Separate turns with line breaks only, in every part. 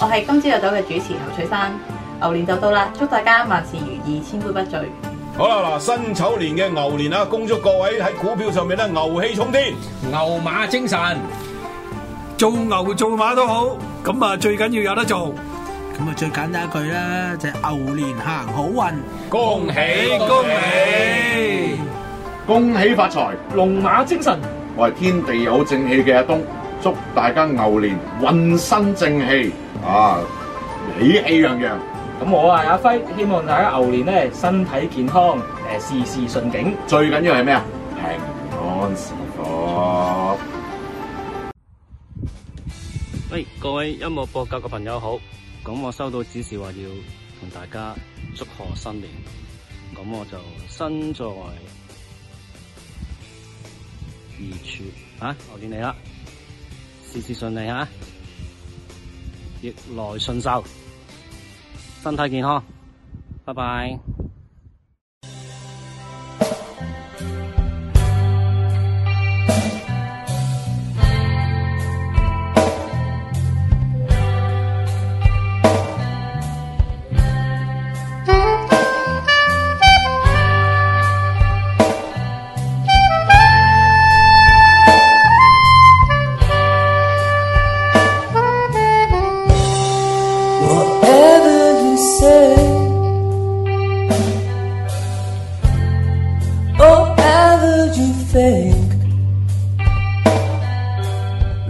我係今朝有酒嘅主持侯翠珊，牛年就到啦，祝大家萬事如意，千杯不醉。
好啦，嗱，辛丑年嘅牛年啊，恭祝各位喺股票上面咧牛氣沖天。
牛馬精神，
做牛做馬都好，咁啊最緊要有得做。
咁啊最簡單一句啦，就係牛年行好運。
恭喜
恭喜！
恭喜發財！
龍馬精神，
我係天地有正氣嘅阿東，祝大家牛年渾身正氣啊，喜氣洋洋。
咁我啊係阿輝，希望大家牛年咧身體健康，誒事事順景。
最緊要係咩啊？平安是福。
喂，各位音樂博格嘅朋友好，咁我收到指示話要同大家祝賀新年，咁我就身在異處啊，牛年嚟啦，事事順利啊，逆來順受，身體健康，拜拜。
Whatever you say, or ever you think,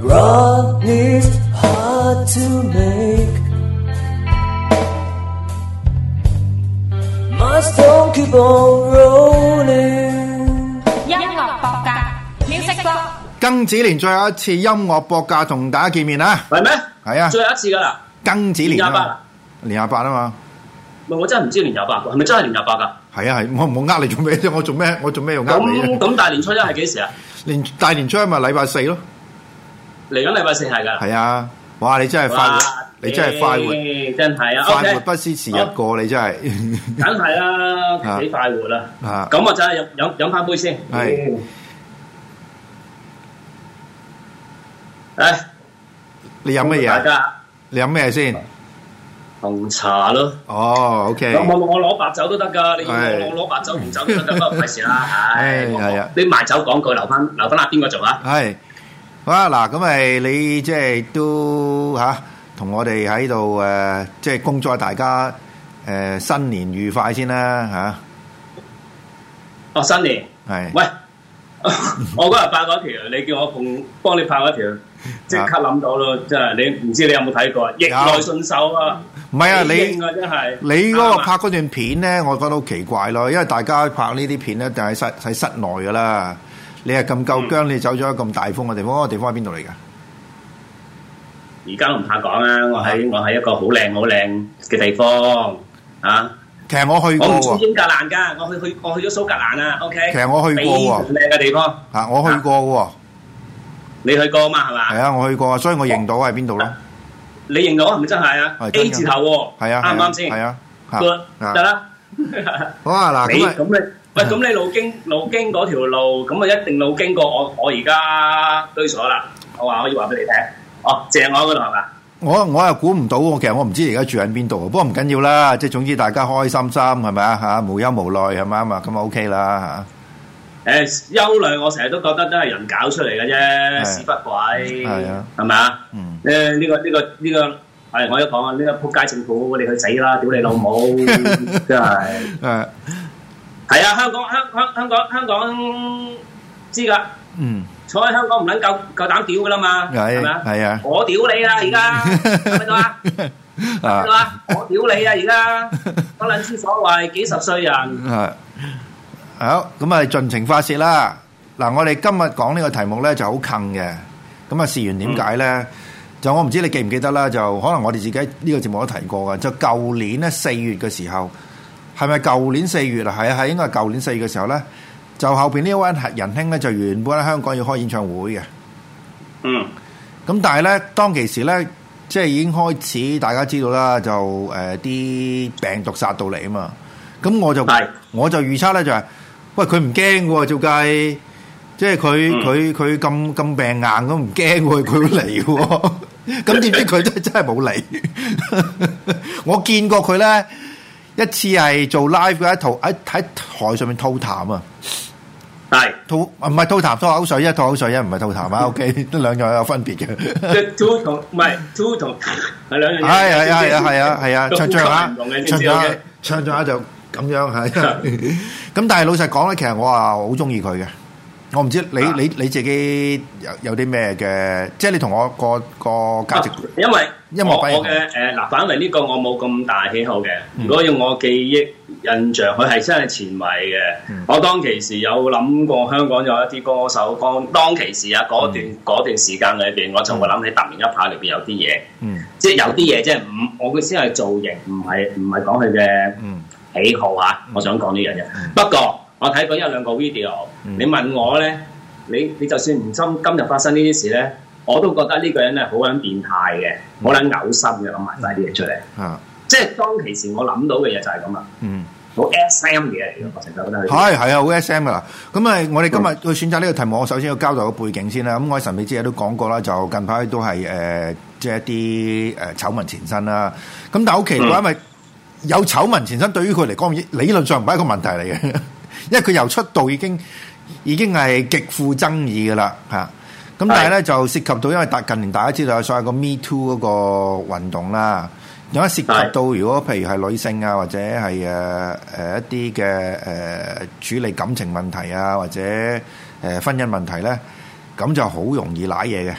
wrong is hard to make. My stone keep on rolling.
音樂博格 music blog。
庚子年最後一次音樂博價同大家見面啦，
係咩？
係啊，
最後一次㗎啦，
庚子年啊
廿八
嘛
啊，
年廿八啊嘛，
唔係我真係唔知年廿八㗎，係咪真係年廿八㗎？
係啊係，我唔好呃你做咩啫，我做咩我做咩要呃你
咁
啫？
咁大年初一係幾時啊？
年大年初一咪禮拜四咯，
嚟緊禮拜四係㗎。
係啊，哇你真係快活
哇，
你真係快活，
欸真係啊！
快
OK
活不思時日
好
過，你真係
梗係啦，
啊
幾快活啦！
啊
咁我就係飲飲飲翻杯先。
係
嗯。唉，
你飲乜嘢
大
啊？
家
你飲咩先？
紅茶咯。
哦，OK，
我我我攞白酒都得㗎，你要
係
我我攞白酒紅酒都得㗎，不 過費事啦。唉，
唉係啊
你賣酒廣告留翻留翻阿邊個做啊？
係好啊嗱，咁咪你即係都吓同我哋喺度誒，即係恭祝大家誒新年愉快先啦吓
哦，新年。，
係
喂， 我嗰日拍嗰條，你叫我碰幫你拍嗰
啊
條，即刻諗到咯，真係你唔知你有冇睇過《逆來順受》啊？
唔係啊你
幾勁啊真係
你嗰個
啱啊
拍嗰段片咧，我覺得好奇怪咯，因為大家拍呢啲片咧，就喺室喺室內噶啦。你係咁夠姜，你走咗咁大風嘅地方，嗰個地方喺邊度嚟㗎？
而家都唔怕講啦，我喺
啊
我喺一個好靚好靚嘅地方啊！
其實我去過
我唔
喎
知，英格蘭㗎，我去去我去咗蘇格蘭啊。OK，
其實我去過喎
非常靚嘅地方，
啊，我去過喎，
你去過嘛？係
係
嘛？
啊，我去過啊，所以我認到係邊度咯，
你認到係咪真係啊
係真㗎
？A 啊字頭喎，
係啊，
啱唔啱
係
先
啊，嚇
Good，
啊
得啦。
好啊，嗱，
你
咁啊
咁你喂咁你路經路經嗰條路，咁啊一定路經過我我而家居所啦。我話可以話俾你聽，哦，謝我嗰度係嘛？
我我又估唔到喎，其實我唔知而家住喺邊度，不過唔緊要啦，即係總之大家開心心係咪啊嚇，無憂無慮係咪啊嘛，咁啊 OK 啦
誒憂慮，我成日都覺得都係人搞出嚟嘅啫，屎忽鬼
係啊，
係咪啊？
嚇，嗯，
誒呢個呢個呢個係我都講啊，呢個撲街政府，你去死啦！屌你老母， 真係
誒，
係啊！香港香香香港香港知㗎，
嗯，
坐喺香港唔撚夠夠膽屌㗎啦嘛，
係
係咪啊？
係啊，
我屌你啦！而 家係咪到啊？
啊
係嘛？我屌你啊！而家我撚之所謂幾十歲人，
啊，好，咁啊盡情發泄啦。嗱，我哋今日講呢個題目咧就好近嘅，咁啊事緣點解咧？就我唔知你記唔記得啦，就可能我哋自己呢個節目都提過嘅，就舊年咧四月嘅時候，係咪舊年四月啊？係啊，係應該係舊年四月嘅時候咧，就後邊呢一位仁兄咧就原本喺香港要開演唱會嘅。
嗯，
咁但係咧，當其時咧，即係已經開始大家知道啦，就誒啲、病毒殺到嚟啊嘛。咁我就
係
我就預測咧就係、喂佢唔驚喎，照計，即係佢
嗯
佢佢咁咁病硬咁唔驚喎，佢會嚟喎。 咁點知佢真係真係冇嚟。 我見過佢咧一次係做 live 嘅一套喺喺台上面吐痰啊！
係
吐唔係吐痰吐口水啊，吐口水啊，唔係吐痰啊。OK，呢兩樣有分別嘅。
即係 two 同唔係 two 同係兩樣嘢。
係係係啊係啊 係啊，
個
唱
呼吸
唱下
唔同嘅，
唱
先
唱
知
下
OK
唱唱下就咁樣係。咁但係老實講咧，其實我啊好中意佢嘅。我唔知你你你自己有有啲咩嘅，即係你同我個個價值觀。
因為
音樂
我
比例
我嘅誒嗱，反為呢個我冇咁大喜好嘅。如果要我記憶印象，佢係真係前衞嘅。我當其時有諗過香港有一啲歌手，當當其時啊嗰段嗰、段時間裏邊，我就會諗起突然一拍裏邊有啲嘢，
嗯
即係有啲嘢即係唔我嘅先係造型，唔係唔係講佢嘅。
嗯
喜好啊，我想講呢樣嘢。不過我睇過一兩個 video，、
嗯
你問我咧，你你就算唔心今日發生呢啲事咧，我都覺得呢個人咧好撚變態嘅，
嗯
好撚嘔心嘅，諗埋晒啲嘢出嚟。
啊
即係當其時我諗到嘅嘢就係咁啦，
嗯。
好 SM 嘅嘢嚟嘅，我成日覺得佢
係係啊，好 S.M. 噶啦。咁啊，我哋今日去選擇呢個題目，我首先要交代個背景先啦。咁我喺神秘之夜都講過啦，就近排都係誒、呃即係一啲誒醜聞前身啦。咁但係好奇怪，
嗯
因為有醜聞前身對於佢嚟講，理論上唔係一個問題嚟嘅， 因為佢由出道已經已經係極富爭議噶啦嚇。咁但係咧就涉及到，因為大近年大家知道有所謂個 Me Too 嗰個運動啦，有一涉及到如果譬如係女性啊，或者係誒誒一啲嘅誒處理感情問題啊，或者誒、呃婚姻問題咧，咁就好容易舐嘢嘅。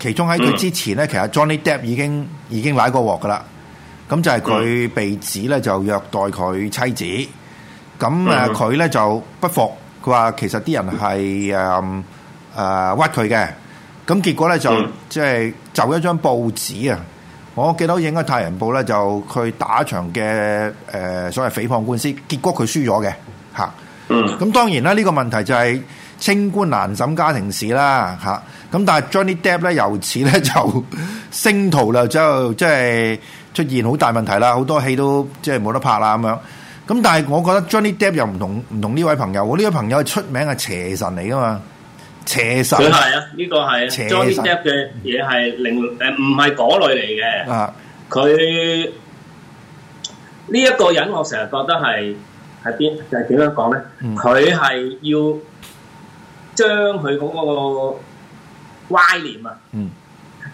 其中喺佢之前咧，其實 Johnny Depp 已經已經舐過鑊噶啦。咁就係佢被指咧就虐待佢妻子，咁誒
嗯
佢咧就不服，佢話其實啲人係呃誒誒屈佢嘅，咁結果咧就
嗯
即係就一張報紙啊，我記得影咗《太陽報》咧，就佢打一場嘅誒、呃所謂誹謗官司，結果佢輸咗嘅嚇。
嗯
咁當然啦，呢、個問題就係清官難審家庭事啦，嚇、咁但係 Johnny Depp 咧，由此咧就 星途啦，就即係出現好大問題啦，好多戲都即係冇得拍啦咁樣。咁但係我覺得 Johnny Depp 又唔同唔同呢位朋友喎，呢位朋友係出名係邪神嚟噶嘛，邪神
佢係啊，呢個係
邪
Johnny
神
Depp 嘅嘢係另誒唔係嗰類嚟嘅。
啊，
佢呢一個人，我成日覺得係係邊就係點樣講咧？
嗯
佢係、要將佢嗰個歪念啊，
嗯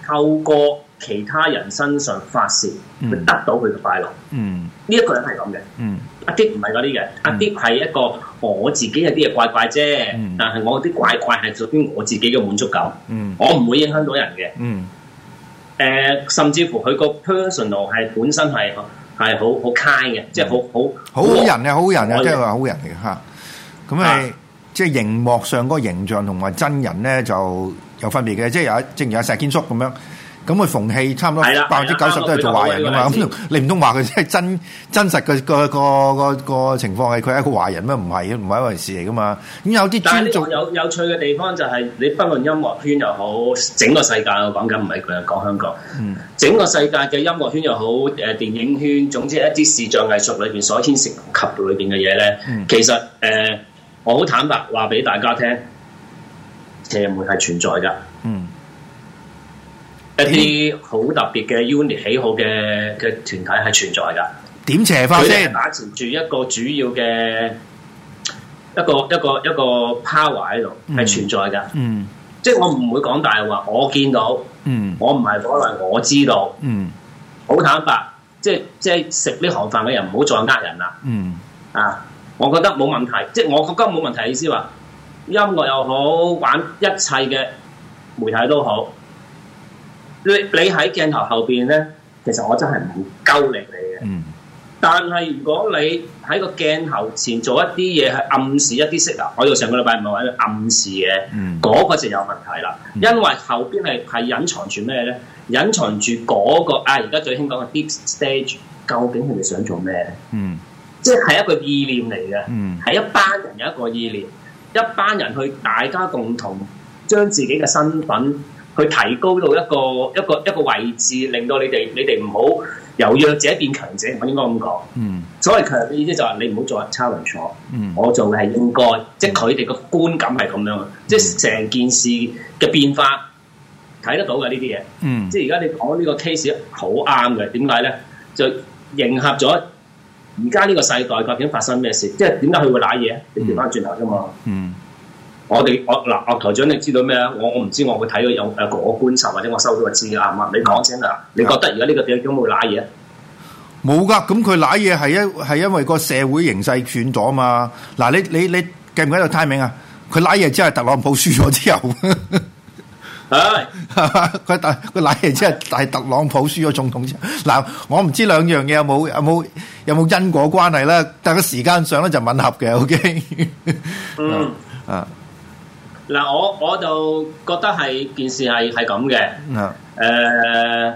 透過其他人身上發泄，
嗯
去得到佢嘅快樂。呢、
嗯
一個人係咁嘅，
嗯
阿 d 唔係嗰啲嘅，阿 d 係一個我自己有啲嘢怪怪啫，
嗯
但係我啲怪怪係屬於我自己嘅滿足感，
嗯
我唔會影響到人嘅。
嗯
誒、甚至乎佢個 personal 係本身係係好好 kind 嘅，即係好好
好好人嘅，好
我
人
啊
嘅，
嘅
即係話好人嚟嘅嚇。咁誒，即係熒幕上嗰個形象同埋真人咧就有分別嘅，即係有一正如阿石堅叔咁樣，咁佢逢戲差唔多
係啦
百分之九
係
十
啦
都係做壞人噶嘛。
啱
咁
啦
你唔通話佢即係真真實嘅個個個個情況係佢係一個壞人咩？唔係，啊唔係一回事嚟噶嘛。咁有啲
但係
專
呢
做
個有有趣嘅地方就係、你不論音樂圈又好，整個世界我講緊唔係佢講香港，
嗯
整個世界嘅音樂圈又好，誒、電影圈，總之一啲視像藝術裏邊所牽涉及裏邊嘅嘢咧，
嗯
其實誒、呃我好坦白話俾大家聽，邪門係存在㗎。
嗯
一啲好特別嘅 unit 喜好嘅嘅團體係存在㗎。
點邪法
佢哋
先
係？把持住一個主要嘅一個一個一個 power 喺度，
嗯
係存在㗎。
嗯
即係我唔會講大話，我見到，
嗯
我唔係可能我知道，
嗯
好坦白，即係即係食呢行飯嘅人唔好再呃人啦
嗯
啊！我覺得冇問題，即係我覺得冇問題，意思話音樂又好，玩一切嘅媒體都好，你你喺鏡頭後邊咧，其實我真係唔鳩你你嘅。
嗯
但係如果你喺個鏡頭前做一啲嘢係暗示一啲色啊，我哋上個禮拜唔係話一個暗示嘅，
嗯
嗰、個就有問題啦。因為後邊係係隱藏住咩咧？隱藏住嗰、個啊，而家最興講嘅 deep stage，究竟佢哋想做咩咧？
嗯
即係一個意念嚟嘅，
嗯
係、一班人有一個意念，一班人去大家共同將自己嘅身份去提高到一個一個一個位置，令到你哋你哋唔好由弱者變強者，我應該咁講。
嗯
所謂強嘅意思就係你唔好再抄人錯，
嗯
我做嘅係應該，即係佢哋個觀感係咁樣嘅，即係成件事嘅變化睇得到嘅呢啲嘢。
嗯
即係而家你講呢個 case 好啱嘅，點解咧？就迎合咗而家呢個世代究竟發生咩事？即係點解佢會賴嘢？你調翻轉頭啫嘛。
嗯
我哋我嗱，我台長你知道咩啊？我我唔知我會睇到有誒我觀察或者我收到嘅資料啱唔啱？你講先啦，你覺得而家呢個點樣會賴嘢？
冇噶，咁佢舐嘢係因係因為個社會形勢轉咗嘛。嗱，你你你記唔記得個 timing 啊？佢舐嘢之後，特朗普輸咗之後，
係
佢特佢舐嘢之後，但係特朗普輸咗總統之後，嗱，我唔知兩樣嘢有冇有冇有冇因果關係啦，但係個時間上咧就吻合嘅，OK，
嗯。
啊
嗱，我我就覺得係件事係係咁嘅。
啊，
誒、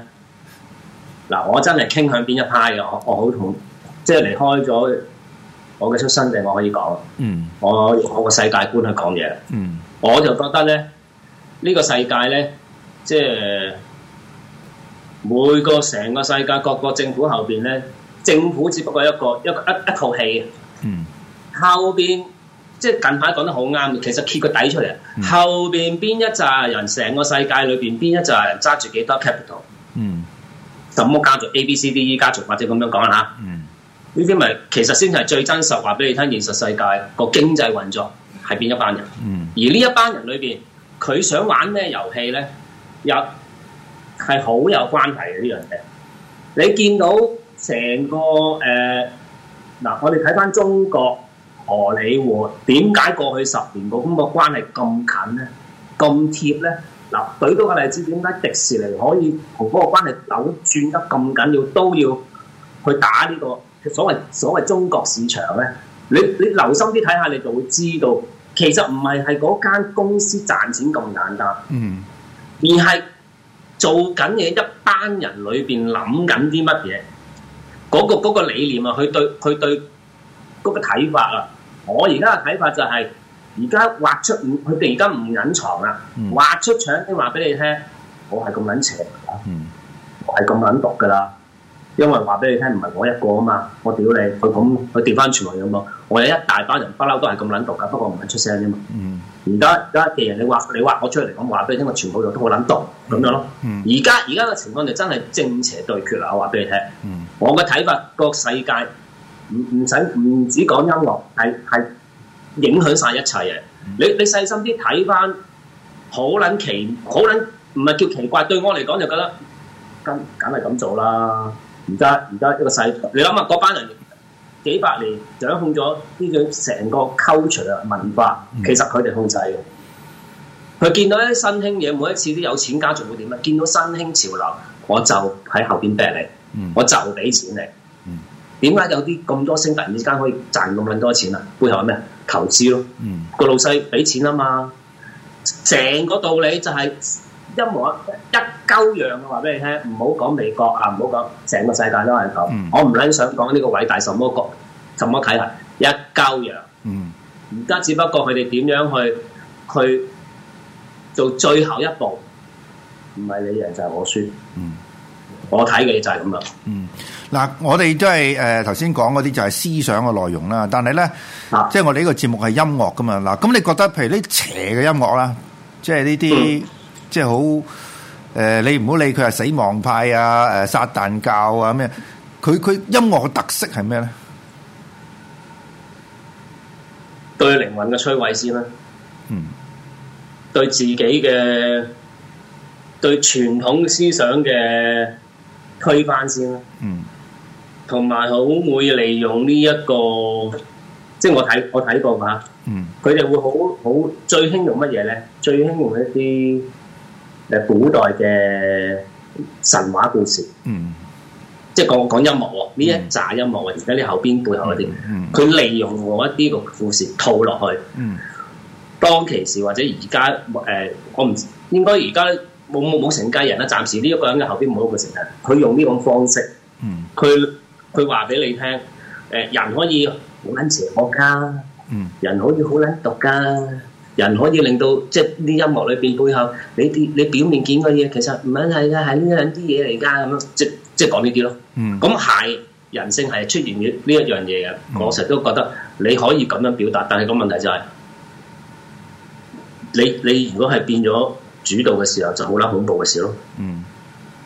嗱，我真係傾向邊一派嘅，我我好同即係離開咗我嘅出生地，我可以講，
嗯
我用我個世界觀去講嘢。
嗯
我就覺得咧，呢、個世界咧，即係每個成個世界各個政府後邊咧，政府只不過一個一個一一套戲，
嗯
後邊。即係近排講得好啱，其實揭個底出嚟，啊後邊邊一紮人，成個世界裏邊邊一紮人揸住幾多 capital，
嗯
什麼家族 A、B、C、D、E 家族或者咁樣講啦嚇。
嗯
呢啲咪其實先係最真實話俾你聽，現實世界個經濟運作係邊一班人。
嗯
而呢一班人裏邊，佢想玩咩遊戲咧，又係好有關係嘅呢樣嘢。你見到成個誒嗱、我哋睇翻中國荷里活點解過去十年個咁個關係咁近咧、咁貼咧？嗱，舉到個例子，點解迪士尼可以同嗰個關係扭轉得咁緊要，都要去打呢、個所謂所謂中國市場咧？你你留心啲睇下，你就會知道，其實唔係係嗰間公司賺錢咁簡單，
嗯
而係做緊嘢一班人裏邊諗緊啲乜嘢，嗰、個嗰個理念啊，佢對佢對嗰個睇法啊，我而家嘅睇法就係、而家畫出唔佢哋而家唔隱藏啦，
嗯
畫出腸先話俾你聽，我係咁撚邪㗎
嗯
我係咁撚毒㗎啦。因為話俾你聽唔係我一個啊嘛，我屌你，佢咁佢調翻轉嚟咁講，我有一大班人不嬲都係咁撚毒㗎，不過唔肯出聲啫嘛。
嗯
而家而家既然你畫你畫我出嚟，咁話俾你聽，我全部人都好撚毒咁樣咯。
嗯
而家而家嘅情況就真係正邪對決啦！我話俾你聽，
嗯
我嘅睇法個世界唔唔使唔止講音樂，係係影響晒一切嘅。你你細心啲睇翻，好撚奇，好撚唔係叫奇怪，對我嚟講就覺得梗梗係咁做啦。而家而家一個世，你諗下嗰班人幾百年掌控咗呢種成個 culture 啊文化，其實佢哋控制嘅。佢見到一啲新興嘢，每一次啲有錢家族會點咧？啊見到新興潮流，我就喺後邊啤你，
嗯
我就俾錢你。點解有啲咁多星突然之間可以賺咁撚多錢啊？背後係咩？投資咯，
嗯
個老細俾錢啊嘛。成個道理就係一模一鳩樣嘅話俾你聽，唔好講美國啊，唔好講成個世界都係咁。
嗯
我唔撚想講呢個偉大什麼國、什麼體系，一鳩樣。
嗯
而家只不過佢哋點樣去去做最後一步，唔係你贏就係我輸。
嗯。
我睇嘅嘢就係咁啦。
嗯，嗱，我哋都係誒頭先講嗰啲就係思想嘅內容啦，但係咧，
啊
即係我哋呢個節目係音樂噶嘛，嗱，咁你覺得譬如呢啲邪嘅音樂啦，即係呢啲即係好誒，你唔好理佢係死亡派啊、誒、撒旦教啊咩，佢佢音樂嘅特色係咩咧？
對靈魂嘅摧毀先啦，
嗯
對自己嘅呃對傳統思想嘅推翻先啦，
嗯
同埋好會利用呢、一個，即係我睇我睇過㗎。
嗯
佢哋會好好最興用乜嘢咧？最興用一啲誒古代嘅神話故事，
嗯
即係講講音樂喎。呢一紮音樂喎，而家你後邊背後嗰啲，
嗯
佢利用我一啲個故事套落去。
嗯
當其時或者而家誒，我唔知應該而家冇冇冇成家人啦。暫時呢一個人嘅後邊冇一個成家人，佢用呢種方式，
嗯
佢佢話俾你聽，誒、人可以好撚邪惡㗎。
嗯
人可以好撚毒㗎，人可以令到即係啲音樂裏邊背後你啲你表面見嘅嘢，其實唔係係㗎，係呢兩啲嘢嚟㗎咁樣，即即係講呢啲咯。
嗯，
咁係人性係出現呢呢一樣嘢嘅，我成日都覺得你可以咁樣表達，但係個問題就係、你你如果係變咗主導嘅時候就好啦，恐怖嘅事咯。
嗯，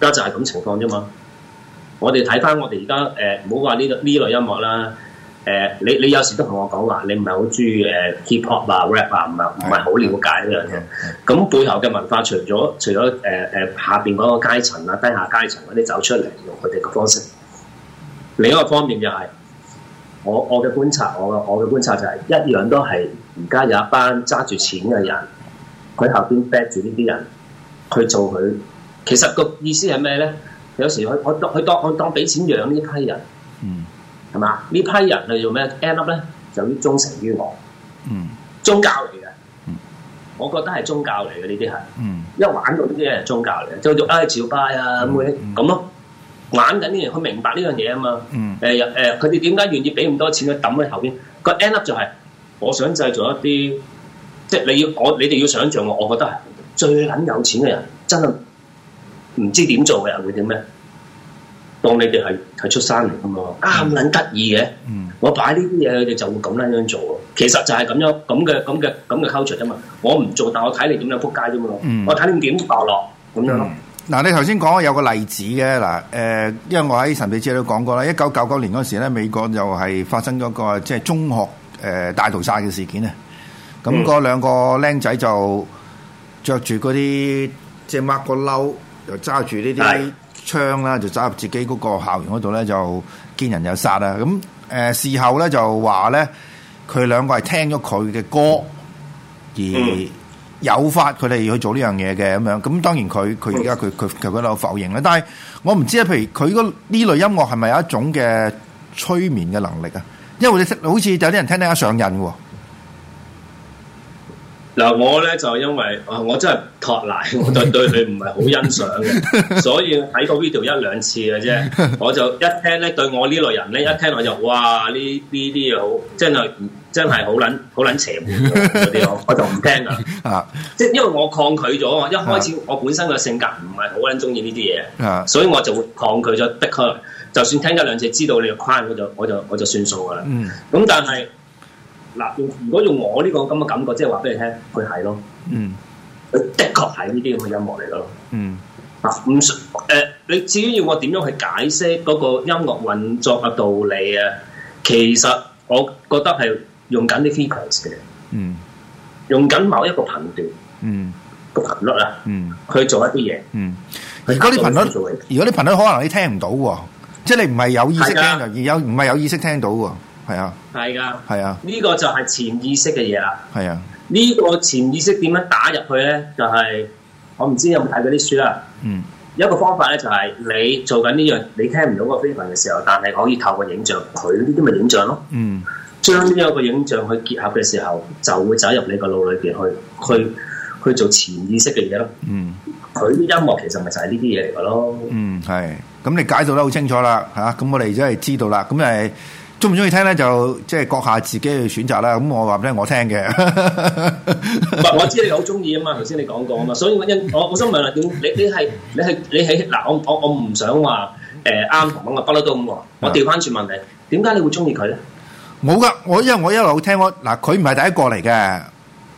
而家就係咁情況啫嘛。我哋睇翻我哋而家誒，唔好話呢個呢類音樂啦。誒、你你有時都同我講話，你唔係好中意誒 hip hop 啊、rap 啊，唔係唔係好了解呢樣嘢。咁背後嘅文化除，咗除咗誒誒下邊嗰個階層啊、低下階層嗰啲走出嚟用佢哋嘅方式，另一個方面就係、我我嘅觀察，我嘅我嘅觀察就係、一樣都係而家有一班揸住錢嘅人，佢後邊 back 住呢啲人去做佢。其實個意思係咩咧？有時佢我當佢當我當俾錢養呢批人，
嗯，
係嘛？呢批人去做咩？end up 咧就要忠誠於我，
嗯，
宗教嚟嘅，我覺得係宗教嚟嘅呢啲係。
嗯
一玩到呢啲嘢係宗教嚟嘅，叫做唉朝拜啊咁嗰啲咁咯。玩緊呢樣，佢明白呢樣嘢啊嘛。
嗯
誒又誒，佢哋點解願意俾咁多錢去抌喺後邊？個 end up 就係、我想製造一啲，即係你要我你哋要想象我，我覺得係最撚有錢嘅人，真係唔知點做嘅人會點咩？當你哋係係出生嚟噶嘛，啊咁撚得意嘅，
嗯
我擺呢啲嘢佢哋就會咁撚樣做咯。其實就係咁樣咁嘅咁嘅咁嘅 culture 啫嘛。我唔做，但我睇你點樣撲街啫嘛。
嗯
我睇你點墮落咁樣咯。
嗱，你頭先講有個例子嘅嗱，誒、因為我喺神秘之夜都講過啦，一九九九年嗰時咧，美國又係發生咗個即係中學誒、大屠殺嘅事件啊。咁
嗯
嗰兩個僆仔就着住嗰啲即係 mark 個褸，又揸住呢啲槍啦，就走入自己嗰個校園嗰度咧，就見人又殺啊。咁誒、事後咧就話咧，佢兩個係聽咗佢嘅歌而。
嗯
誘發佢哋去做呢樣嘢嘅咁樣，咁當然佢佢而家佢佢佢嗰度否認啦。但係我唔知啊，譬如佢嗰呢類音樂係咪有一種嘅催眠嘅能力啊？因為你識好似有啲人聽聽下上癮喎，
嗱，我咧就因為啊，我真係托賴， 我對對佢唔係好欣賞嘅，所以睇個 video 一兩次嘅啫。我就一聽咧，對我呢類人咧，一聽我就哇，呢呢啲嘢好，真係真係好撚好撚邪門喎嗰啲，我我就唔聽啦。
啊
即係因為我抗拒咗啊，一開始我本身嘅性格唔係好撚中意呢啲嘢。
啊
所以我就會抗拒咗，逼佢。就算聽一兩次知道你嘅框，我就我就我就算數噶啦。
嗯
咁但係嗱，用如果用我呢個咁嘅感覺，即係話俾你聽，佢係咯，
嗯
佢的確係呢啲咁嘅音樂嚟噶咯。
嗯
啊，唔誒、你至於要我點樣去解釋嗰個音樂運作嘅道理啊？其實我覺得係用緊啲 frequency 嘅，
嗯
用緊某一個頻段
嗯
個頻率啊，
嗯
去做一啲嘢。
嗯。而嗰啲頻率，如果啲頻率可能你聽唔到喎，即係你唔係有意識聽
係㗎
到，而有唔係有意識聽到喎，係啊
係噶，
係啊
呢個就係潛意識嘅嘢啦。
係啊，
呢個潛意識點樣打入去咧？就係、我唔知有冇睇嗰啲書啦。
嗯
有一個方法咧，就係、你做緊呢樣，你聽唔到個飛行嘅時候，但係可以透過影像，佢呢啲咪影像咯。
嗯
將呢一個影像去結合嘅時候，就會走入你個腦裏邊去去去做潛意識嘅嘢咯。
嗯。
佢啲音樂其實咪就係呢啲嘢嚟嘅咯。
嗯，系，咁你解到得好清楚啦，吓、咁我哋真係知道啦，咁誒中唔中意聽咧，就即係閣下自己去選擇啦。咁我話俾你聽，我聽嘅，
唔係我知你好中意啊嘛，頭先你講過啊
嗯
嘛，所以我因我我想問啦，啊點你你係你係你係嗱，我我我唔想話誒啱同我不嬲都咁喎，
嗯
我調翻轉問你，點解你會中意佢咧？
冇噶，我因為我一路聽我嗱，佢唔係第一個嚟嘅，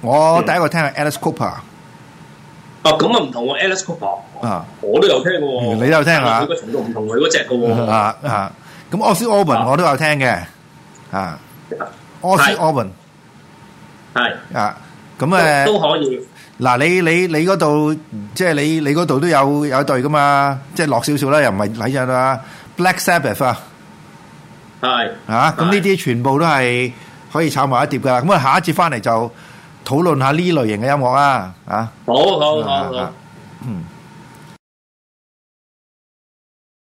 我第一個聽係 Alice Cooper
哦，咁啊唔同喎，Alice Cooper
啊，
我都有聽嘅喎，
你都有聽啊
但係佢個程度唔同佢嗰只嘅喎，
啊啊，咁 Ozzy Osbourne 我都有聽嘅，啊，Ozzy Osbourne
係
啊，咁誒
都可以，
嗱，你你你嗰度即係你你嗰度都有有一隊噶嘛，即係落少少啦，又唔係睇咗啦，Black Sabbath 啊。
係
啊，咁呢啲全部都係可以炒埋一碟噶啦。咁啊，下一節翻嚟就討論下呢類型嘅音樂啦，啊。
好好好好。
嗯。